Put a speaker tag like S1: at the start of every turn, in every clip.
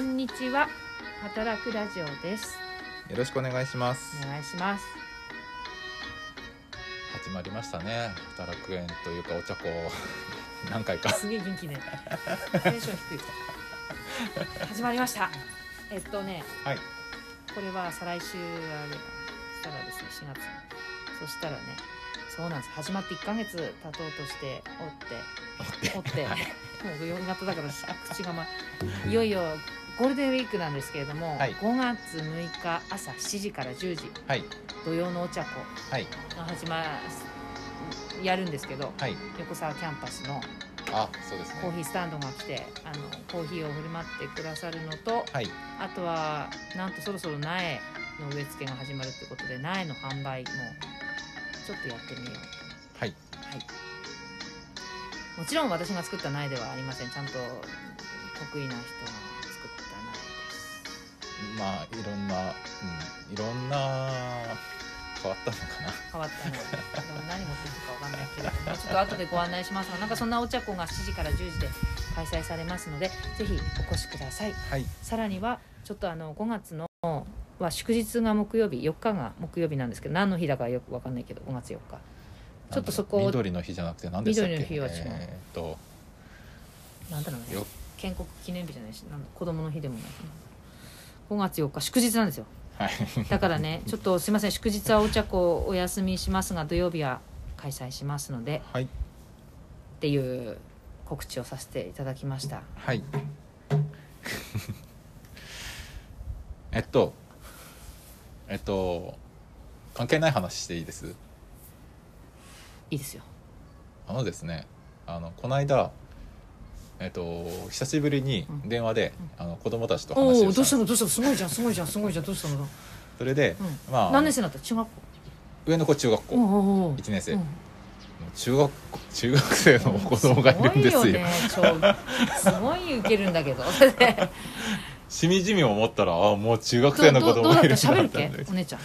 S1: んにちは働くラジオです
S2: よろしくお願いします
S1: お願いします
S2: 始まりましたね働く園というかお茶子 何回か
S1: すげえ元気ねテンション低い始まりましたえっとね
S2: はい
S1: これは再来週あれかなしたらですね4月そしたらねそうなんです始まって1ヶ月経とうとしておっておって
S2: はい
S1: もう4月だからし口がまいよいよゴールデンウィークなんですけれども、
S2: はい
S1: 5月6日朝7時から10時
S2: はい
S1: 土曜のお茶子
S2: はい
S1: が始まやるんですけど
S2: はい
S1: 横沢キャンパスの
S2: あそうですね
S1: コーヒースタンドが来てあのコーヒーを振る舞ってくださるのと
S2: はい
S1: あとはなんとそろそろ苗の植え付けが始まるってことで苗の販売もちょっとやってみよう
S2: はい
S1: はいもちろん私が作った苗ではありませんちゃんと得意な人が作った苗です
S2: まあいろんな、うん、いろんな変わったのかな
S1: 変わったね。でも何持ってるかわかんないけれども、ちょっと後でご案内しますが、なんかそんなお茶子が7時から10時で開催されますので、ぜひお越しください。
S2: はい
S1: さらにはちょっとあの5月のは祝日が木曜日、4日が木曜日なんですけど、何の日だかよくわかんないけど、5月4日。ちょっとそこを
S2: 緑の日じゃなくて何でしたっけ
S1: 緑の日は違う
S2: えーっと
S1: なんだろうね
S2: よ。
S1: 建国記念日じゃないし、なんだ子供の日でもない。5月4日祝日なんですよ。
S2: はい
S1: だからね、ちょっとすいません、祝日はお茶子お休みしますが、土曜日は開催しますので。
S2: はい
S1: っていう告知をさせていただきました
S2: はい えっとえっと関係ない話していいです
S1: いいですよ
S2: あのですねあのこの間えっと久しぶりに
S1: うん
S2: 電話で、あの子供たちと話
S1: お
S2: を
S1: おどうした
S2: の
S1: のどうしたのすごいじゃんすごいじゃんすごいじゃんどうしたの、
S2: それで、
S1: うん
S2: まあ
S1: 何年生になった中学校
S2: 上の子中学校、
S1: おうおうおう
S2: 1年生、
S1: うん
S2: 中学校中学生の子供がいるんですよ,、
S1: すごいよね超すごいウケるんだけ どそれで
S2: しみじみ思ったらあもう中学
S1: ど
S2: 生の
S1: ど
S2: 子
S1: どう
S2: 供
S1: だ
S2: が
S1: っ
S2: い
S1: た喋
S2: るんだ
S1: るっ
S2: った
S1: け
S2: んで
S1: お姉ちゃん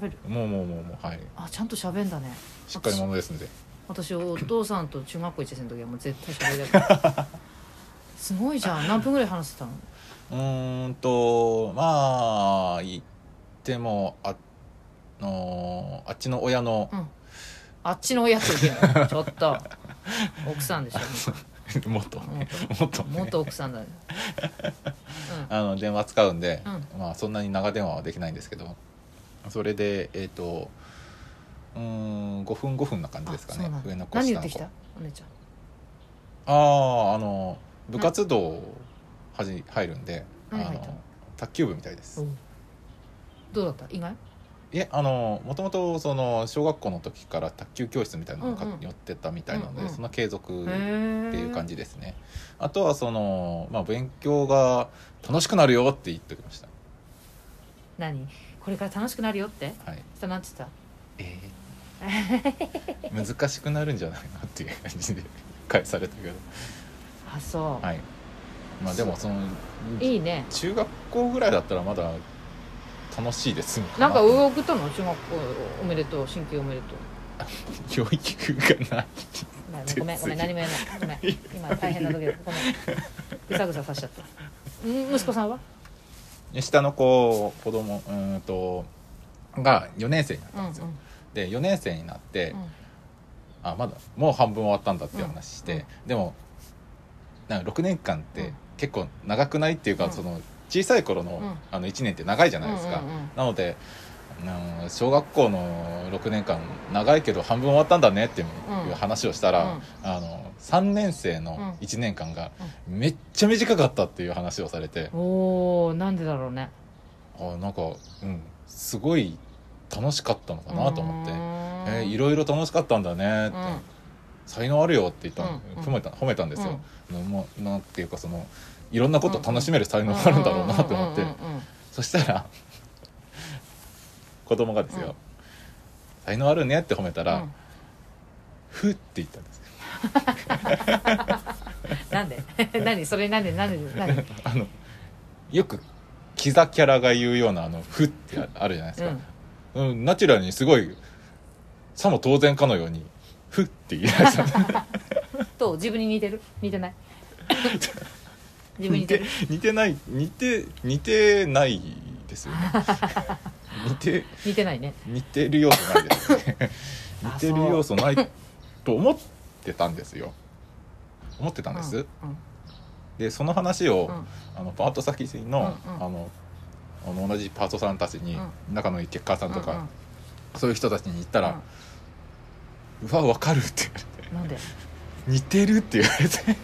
S1: 喋る
S2: もうもうもうもうはい
S1: あちゃんと喋んだね
S2: しっかり者ですので
S1: 私お父さんと中学校1年生の時はもう絶対喋りだからすごいじゃん何分ぐらい話してたの
S2: うーんとまあ言ってもあのあっちの親の
S1: うんあっちの親と言うのちょっと奥さんで しょ
S2: 元ね元ね
S1: 元奥さんだね。
S2: あの電話使うんで、
S1: う
S2: まあそんなに長電話はできないんですけどそれでえっ、とうーん5分5分な感
S1: うん。
S2: じ
S1: あ
S2: ですか
S1: そう
S2: ね
S1: なんだ
S2: 上の子
S1: 何
S2: 下
S1: 言っ
S2: の
S1: て
S2: 子
S1: きたお姉ちゃん。
S2: あああの部活動はじ入るんで、
S1: 何
S2: あ
S1: 入った
S2: の卓球部みたいです、
S1: どうだった意外
S2: いえあのもともとその小学校の時から卓球教室みたいなの
S1: う
S2: に
S1: んうん
S2: 寄ってたみたいなので、
S1: うんうん
S2: その継続
S1: っ
S2: っててい
S1: いう
S2: 感じですね、あとはその、まあ、勉強が楽しくなるよって言っておきました
S1: 何これから楽しくなるよって
S2: はい
S1: そしたらなんて言っ
S2: えー難しくなるんじゃないのっていう感じで返されたけど
S1: たあそう、
S2: はいまあでもその
S1: い、いね
S2: 中学校ぐらいだったらまだ楽しいですみ
S1: なんか上送ったの中学校おめでとう進級おめでとう
S2: 教育がない
S1: ごめんごめんごめん何も言えないごめん 今大変な時だごめんぐさぐささしちゃったん息子さんは
S2: 下の子子供うーんとが4年生になっ
S1: う
S2: た
S1: ん
S2: ん
S1: うん
S2: ですよ、で4年生になって、
S1: うん
S2: あまだもう半分終わったんだっていう話して、
S1: うんうん
S2: でもなんか6年間っ
S1: うん
S2: て結構長くないっていうか、
S1: うん
S2: その小さい頃の,、
S1: うん
S2: あの1年って長いじゃないですか、
S1: うんうんうん
S2: なのでうん小学校の6年間長いけど半分終わったんだねっていう
S1: うん
S2: いう話をしたら、
S1: うん
S2: あの3年生の1年間がめっちゃ短かったっていう話をされて、
S1: おおなんでだろうね
S2: あなんか、うん、すごい楽しかったのかなと思って
S1: うーん
S2: えーいろいろ楽しかったんだねって、
S1: うん
S2: 才能あるよって言ったの、
S1: うんうん
S2: 褒めた褒めたんですよ、もうなんていうかそのいろんなことを楽しめる才能があるんだろうなと思って
S1: うんうんうんうんうん
S2: そしたら子供がですよ、
S1: うん
S2: 才能あるねって褒めたら、
S1: うん
S2: ふって言ったんですよ
S1: なんで 何それなんでなんで何
S2: あのよくキザキャラが言うようなあのふってああるじゃないですか、うんナチュラルにすごいさも当然かのようにふって言い出したんです
S1: と自分に似てる似てない 自分に似てる
S2: 似てない似て似てないで すよね似て
S1: 似てないね
S2: 似てる要素ないです ね似てる要素ないと思ってたんですよ思ってたんです、
S1: うん
S2: でその話を、
S1: うん
S2: あのパート先の,、
S1: うんうん
S2: あのあの同じパートさんたちに、
S1: う
S2: 仲のいい結果さんとか、
S1: うんうん
S2: そういう人たちに言ったら「うわわかる」って言
S1: う
S2: われて
S1: んなんで
S2: 「似てる」って言われて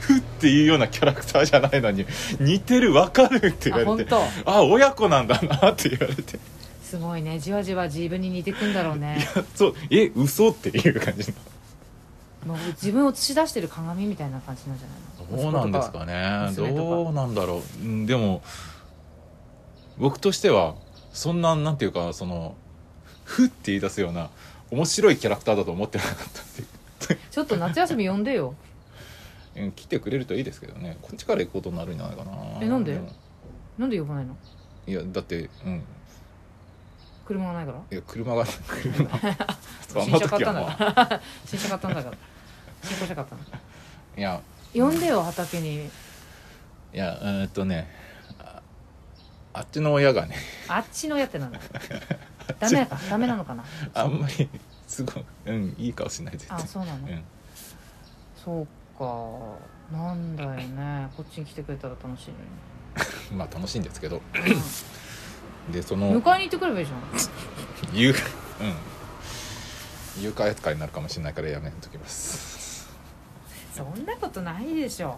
S2: ふっていうようなキャラクターじゃないのに「似てるわかる」って言われて
S1: あ本
S2: 「あ親子なんだな」って言われて
S1: すごいねじわじわ自分に似てくんだろうね
S2: そうえ嘘っていう感じ
S1: もう自分を映し出してる鏡みたいな感じなんじゃないの
S2: どうなんです
S1: 息
S2: かね
S1: 息子とか
S2: どうなんだろううんでも僕としてはそんななんていうかそのふって言い出すような面白いキャラクターだと思ってなかったっていう
S1: 子とかちょっと夏休み呼んでよ
S2: うん来てくれるといいですけどねこっちから行くことになるんじゃないかな
S1: えなんで
S2: も
S1: なんで呼ばないの
S2: いやだってうん
S1: 車がないから
S2: いや車が 車そう あ
S1: 新車
S2: の
S1: 買っ
S2: 時
S1: た
S2: は
S1: ん
S2: ま
S1: だ
S2: あ
S1: から 新車買ったんだから新婚車買ったんだか
S2: いや
S1: ら呼んでよ畑に
S2: いやえーっとねああっちの親がね
S1: あっちのやってなんだダメかダメなのかな
S2: あんまりすごいうんいい顔しないでって
S1: あそうなの
S2: うん
S1: そうかなんだよねこっちに来てくれたら楽しいの
S2: まあ楽しいんですけど
S1: に
S2: でそ
S1: うん
S2: の
S1: 迎えに行ってくればいいじゃん
S2: 誘 拐うん誘拐扱いになるかもしれないからやめときます
S1: そんなことないでしょ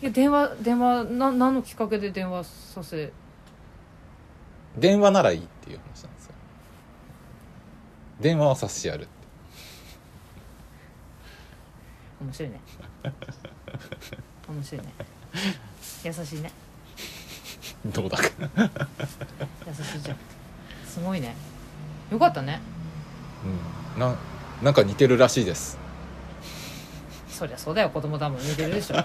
S1: いや電話電話な何のきっかけで電話させ
S2: 電話ならいいっていう話なんですよ電話は差しやる
S1: 面白いね面白いね優しいね
S2: どうだか
S1: 優しいじゃんすごいねよかったね
S2: うんななんか似てるらしいです
S1: そりゃそうだよ子供多分似てるでしょ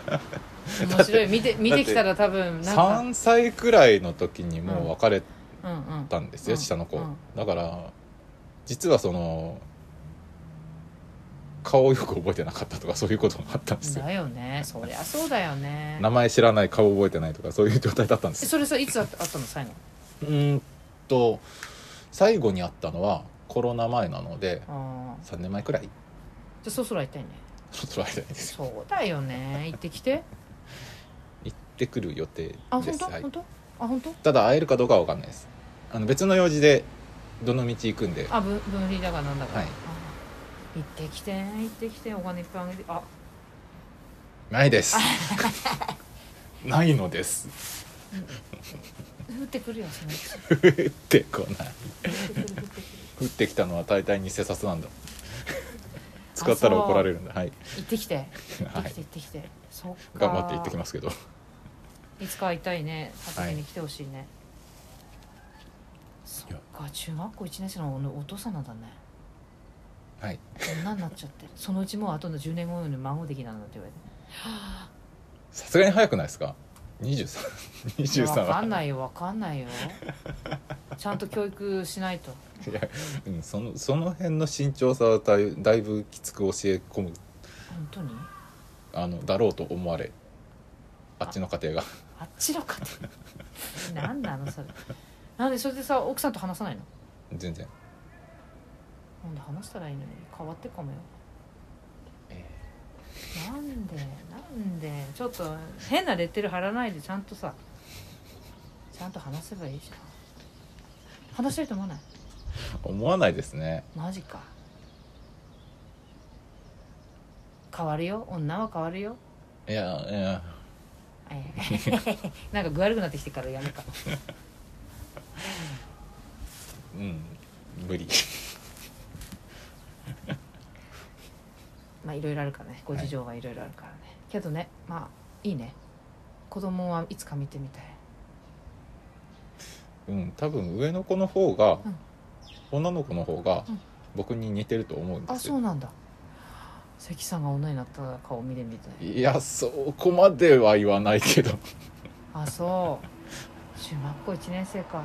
S1: 面白い見て見てきたら多分なんか
S2: 3歳くらいの時にもう別れ
S1: うんうん
S2: たんですよ、
S1: うん
S2: 下の子、
S1: うん
S2: だから実はその顔をよく覚えてなかったとかそういうこともあったんですよ
S1: だよねそりゃそうだよね
S2: 名前知らない顔覚えてないとかそういう状態だったんです
S1: え
S2: よ
S1: それさいつあったあったの最後
S2: うーんと最後に会ったのはコロナ前なので
S1: ああ
S2: 3年前くらい
S1: じゃあそろそろ会いたいね
S2: ちょっと会いたいです
S1: そうだよね行ってきて
S2: 行ってくる予定
S1: あ
S2: で
S1: 本
S2: す、
S1: 当
S2: はい
S1: 本、当あ本当
S2: ただ会えるかどうかは分かんないですあの別の用事でどの道行くんで
S1: あ分分離だからなんだから、
S2: は
S1: あ
S2: い
S1: 行ってきて行ってきてお金いっぱいあげてあ
S2: な いですないのです
S1: 降ってくるよそのうち
S2: 降ってこない
S1: 降ってくる降ってくる
S2: 降ってきたのは大体偽札なんだ使ったら怒られるん ではい
S1: 行ってきて行っ
S2: は
S1: て
S2: い
S1: きて行ってきて、そっか
S2: 頑張って行ってきますけど
S1: いつか会いたいね畑に来てほしいね、そっか中学校1年生のお父さんなんだね
S2: はい
S1: 女になっちゃってそのうちもうあとの10年後に孫できたんだって言われて
S2: さすがに早くないですか2323
S1: いやわ
S2: は
S1: かんないよわかんないよちゃんと教育しないと
S2: いや、うん、そのその辺の慎重さはだいだいぶきつく教え込む
S1: 本当に
S2: あのだろうと思われあっちの家庭が
S1: あっちの方何 なのそれなんでそれでさ奥さんと話さないの
S2: 全然
S1: なんで話したらいいのに変わってっかもよ
S2: え
S1: なんでなんでちょっと変なレッテル貼らないでちゃんとさちゃんと話せばいいじゃん話したいと思わない
S2: 思わないですね
S1: マジか変わるよ女は変わるよ
S2: いやいや
S1: ええ なんか具悪くなってきてからやめか
S2: うん無理
S1: まあいろいろあるからねご事情はいろいろあるからね、けどねまあいいね子供はいつか見てみたい
S2: うん多分上の子の方が、
S1: うん
S2: 女の子の方が
S1: うん
S2: 僕に似てると思うんで
S1: あ
S2: す
S1: そ
S2: よ、
S1: うなんだ関さんが女になった顔見てみたい
S2: いやそこまでは言わないけど
S1: あそう中学校1年生か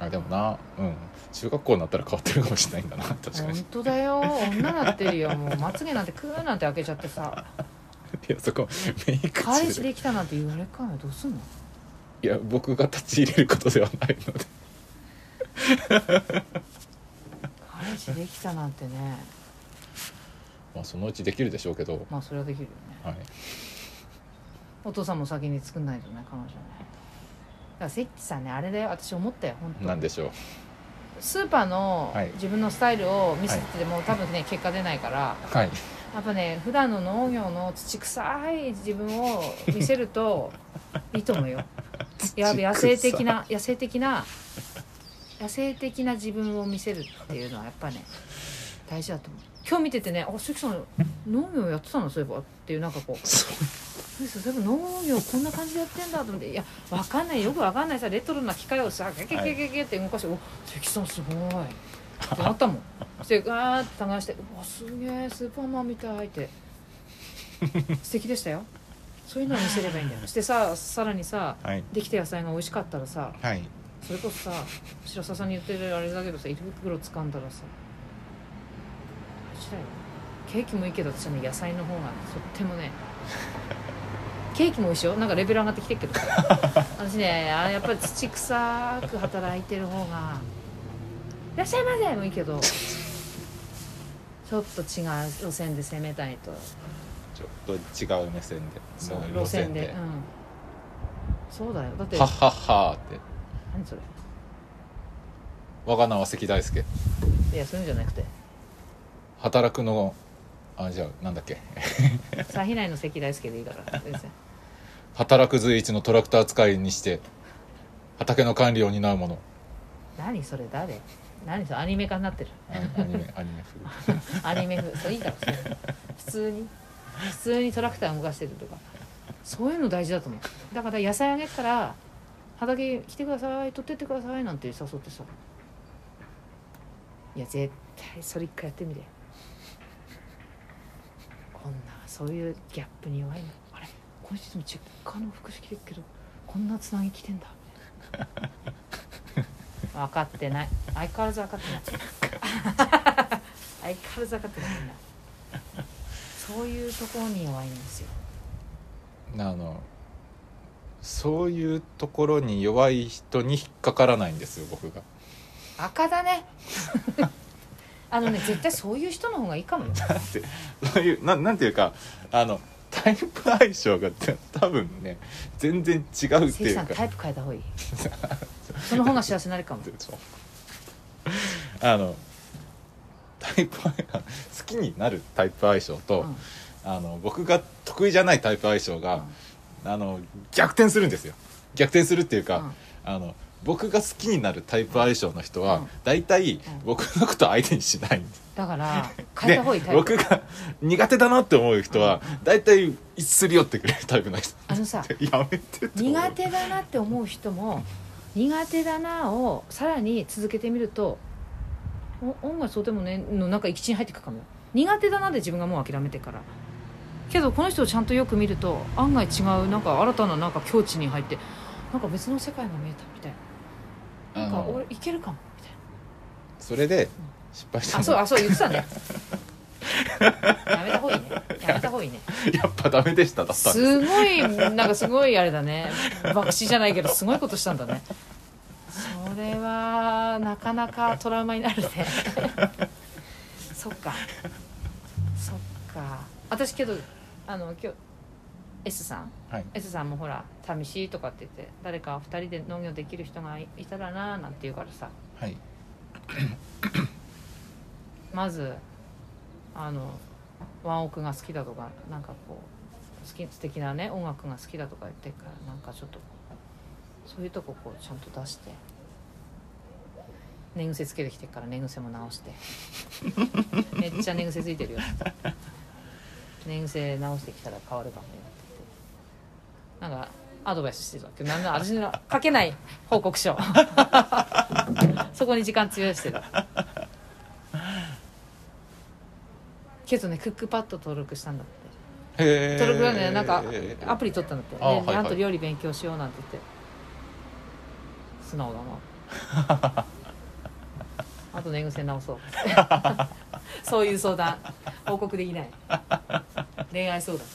S2: あでもなうん中学校になったら変わってるかもしれないんだな確かに
S1: 本
S2: い
S1: 当だよ女なってるよもうまつげなんてクーなんて開けちゃって さ
S2: やそこメイク
S1: 彼
S2: 中
S1: 氏
S2: で
S1: できたなんて言われっかなどうすんの
S2: いや僕が立ち入れることではないので
S1: 彼氏できたなんてね
S2: まあそのうちできるでしょうけど
S1: まあそれはできるよね
S2: はい
S1: お父さんも先に作んないとね彼女ねだからセッチさんねあれだよ私思ったよ本当
S2: なんでしょう
S1: スーパーの
S2: はい
S1: 自分のスタイルを見せてても、多分ね結果出ないから
S2: はい
S1: やっぱね普段の農業の土臭い自分を見せる といいと思うよやべ野生的な野生的な野生的な自分を見せるっていうのはやっぱね大事だと思う今日見ててね「あ関さん農業やってたのそういえば」っていうなんかこう
S2: そう
S1: 「そういえば農業こんな感じでやってんだ」と思って「いやわかんないよくわかんないさレトロな機械をさゲゲゲゲゲって動かして「お関さんすごい」ってなったもんそしてガーッて探して「うわすげえスーパーマンみたい」って素敵でしたよそういうのを見せればいいんだよそしてささらにさ
S2: はい
S1: できた野菜が美味しかったらさ
S2: はい
S1: それこそさ白澤さんに言ってるあれだけどさ胃袋掴んだらさあれだよケーキもいいけど私はね野菜の方がとってもねケーキも美味しいよなんかレベル上がってきてるけ ど私ねあれやっぱり土臭く働いてる方が「いらっしゃいませ」もいいけどちょっと違う路線で攻めたいと
S2: ちょっと違う目線で
S1: そう路線でうんそうだよだって
S2: はっはっはーって
S1: 何それ
S2: 我が名は関大輔
S1: いやそういうんじゃなくて
S2: 働くのあじゃあなんだっけ
S1: さひないの関大輔でいいから全然
S2: 働く随一のトラクター使いにして畑の管理を担う者
S1: 何それ誰何それアニメ化になってる
S2: アニアニメア ニメ風
S1: アニメ風それいいだろそれ普通に普通にトラクター動かしてるとかそういうの大事だと思うだから野菜あげたら畑来てください取ってってくださいなんて誘ってさいや絶対それ一回やってみてこんなそういうギャップに弱いのあれ今シーズン実家の服式着てるけどこんなつなぎ着てんだ分かってない相変わらず分かってない相変わらず分かってないみんなそういうところに弱いんですよ
S2: あのそういうところに弱い人に引っかからないんですよ僕が
S1: 赤だねあのね絶対そういう人の方がいいかもよ
S2: だってそういう ななんていうかあのタイプ相性が て多分ね全然違うって
S1: 関
S2: い
S1: さ
S2: うんか
S1: タイプ変えた方がいいその方が幸せになるかも
S2: そう あのタイプ相 好きになるタイプ相性と、
S1: うん
S2: あの僕が得意じゃないタイプ相性
S1: う
S2: が
S1: ん、
S2: あの逆転するんですよ逆転するっていう
S1: う
S2: か
S1: ん、
S2: あの僕が好きになるタイプ相性の人
S1: うん
S2: は大体、
S1: ん
S2: 僕のこと相手にしないんです
S1: だから変え
S2: で
S1: た方がいいタイ
S2: 僕
S1: プ
S2: が苦手だなって思う人は大体すり寄ってくれるタイプの人
S1: あのさ
S2: やめてって思う
S1: 苦手だなって思う人も苦手だなをさらに続けてみるとお音楽そうでもねのなんか行き地に入っていくかもよ苦手だなで自分がもう諦めてからけどこの人をちゃんとよく見ると案外違うなんか新たななんか境地に入ってなんか別の世界が見えたみたいな
S2: あ
S1: なんか俺
S2: の
S1: いけるかもみたい
S2: それで失敗し
S1: なあ
S2: たの
S1: そうあそう言ってたね やめた方がいいねやめた方がいいね
S2: やっぱダメでしただったんです
S1: すごいなんかすごいあれだね爆死じゃないけどすごいことしたんだねそれはなかなかトラウマになるねそっかそっか私けどあの今日 S さん
S2: はい
S1: S さんもほら「寂しい」とかって言って誰か2人で農業できる人がいいたらなーなんて言うからさ
S2: はい
S1: まずあのワンオクが好きだとかなんかこう好き素敵なね音楽が好きだとか言ってるからなんかちょっとこうそういうとここうちゃんと出して寝癖つけてきてるから寝癖も直してめっちゃ寝癖ついてるよ寝癖直してきたら変わるかもよってなんかアドバイスしてたけどなんだ私の書けない報告書そこに時間費やしてたけどねクックパッド登録したんだって
S2: へ
S1: 登録はねなんかアプ
S2: リ
S1: リ取ったんだって
S2: あはい
S1: で
S2: はい
S1: な んと料理勉強しようなんて言って素直だなあと寝癖直 そうそういう相談報告できない恋愛相談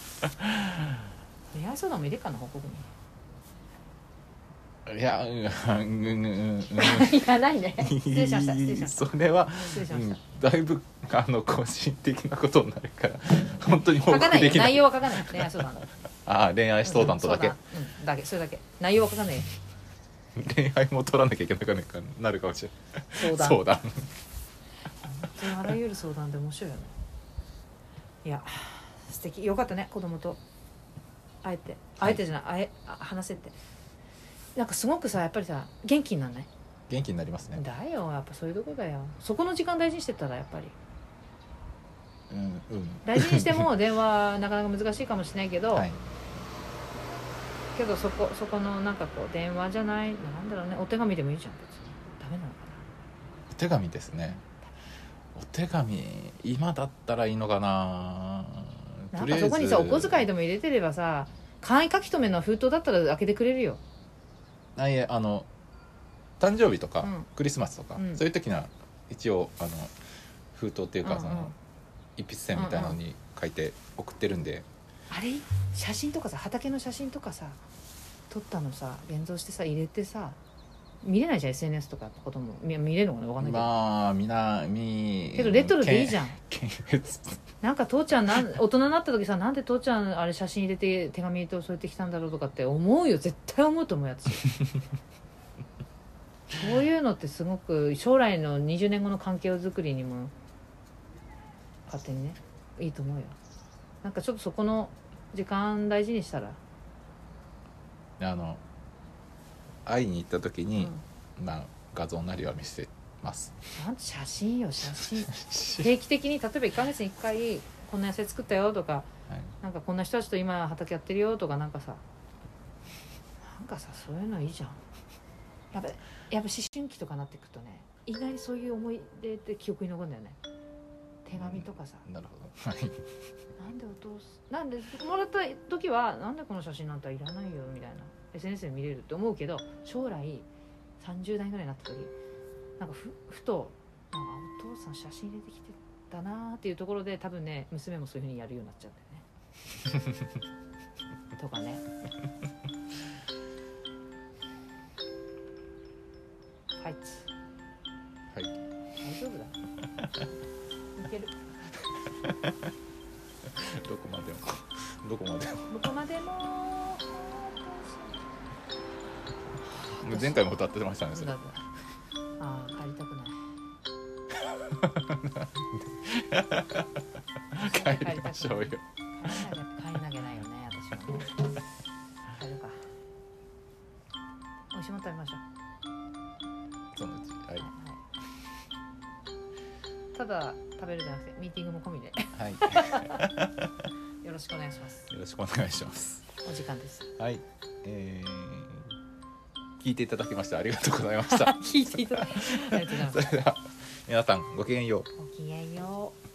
S1: 恋愛相談も入れっかな報告に
S2: いやうんうんうんうん
S1: いやないね失礼しました失礼しました
S2: それは
S1: 失礼しました
S2: うんだいぶあの個人的なことになるから本当に報
S1: 書かな
S2: 告で
S1: い
S2: きな
S1: 内
S2: い
S1: 容は書かない恋愛相談
S2: ああ恋 愛相談とだけ、
S1: うん相談うんだけそれだけ内容は書かないよ
S2: 恋愛も取らなきゃいけなくなるかもしれ
S1: 相
S2: ない
S1: 談
S2: 相談
S1: 本当にあらゆる相談で面白いよねいや素敵よかったね子供とあえてあえてじゃない、あえあ話せてなんかすごくさやっぱりさ元気になんない
S2: 元気になりますね、
S1: だよやっぱそういうとこだよそこの時間大事にしてたらやっぱり
S2: うんうん、
S1: 大事にして も電話なかなか難しいかもしれないけど、
S2: はい
S1: けどそこそこのなんかこう電話じゃないなんだろうねお手紙でもいいじゃん別にダメなのか
S2: お手紙ですねお手紙今だったらいいのかな
S1: なな
S2: と
S1: ん
S2: り
S1: か
S2: あえず
S1: そこにさお小遣いでも入れてればさ簡易書き留めの封筒だったら開けてくれるよ
S2: あいえあの誕生日とか、
S1: うん
S2: クリスマスとか、
S1: うん
S2: そういう時には一応あの封筒っていう
S1: う
S2: か、
S1: んうん
S2: その一筆箋みたいなのに書いて送ってるんで、
S1: あれ写真とかさ畑の写真とかさ撮ったのさ現像してさ入れてさ見れないじゃん SNS とかってことも見見れるのかなわかんないけど、
S2: まあみんなみ
S1: けどレトロでいいじ
S2: ん
S1: ゃん
S2: 検閲
S1: なんか父ちゃんなん大人になった時さなんで父ちゃんあれ写真入れて手紙と添えてきたんだろうとかって思うよ絶対思うと思うやつそういうのってすごく将来の20年後の関係を作りにも勝手にねいいと思うよなんかちょっとそこの時間大事にしたら、
S2: あの会いに行った時に
S1: う、ん
S2: まあ、画像なりは見せます
S1: なんて写真よ写真定期的に例えば1か月に1回こんな野菜作ったよとか
S2: はい
S1: なんかこんな人たちと今畑やってるよとかなんかさなんかさそういうのいいじゃんやっぱやっぱ思春期とかなってくとね意外にそういう思い出って記憶に残るんだよね手紙とかさ、
S2: なるほどはい
S1: なんでお父さんなんでもらった時はなんでこの写真なんていらないよみたいな SNS で見れるって思うけど将来30代ぐらいになった時なんかふふとなんかお父さん写真入れてきてたなーっていうところで多分ね娘もそういうふうにやるようになっちゃうんだよね。とかね。ファイツ
S2: は
S1: 大
S2: い
S1: 丈夫だいける
S2: どこまでも どこまで
S1: どこまでも
S2: も前回も歌ってましたねそれ
S1: だってああ帰りたくない
S2: 帰りましょうよ
S1: 帰りなきゃないよね私もね帰るか美味しいもの食べましょう
S2: そのうちはい
S1: はいただ食べるじゃなくてミーティングも込みで
S2: はい、
S1: よろしくお願いします
S2: よろしくお願いします
S1: お時間 です
S2: はいえー、聞いていただきましてありがとうござ いました
S1: 聞いていただきありがとうございま
S2: それ
S1: す
S2: では皆さんごきげんよう
S1: ごきげんよう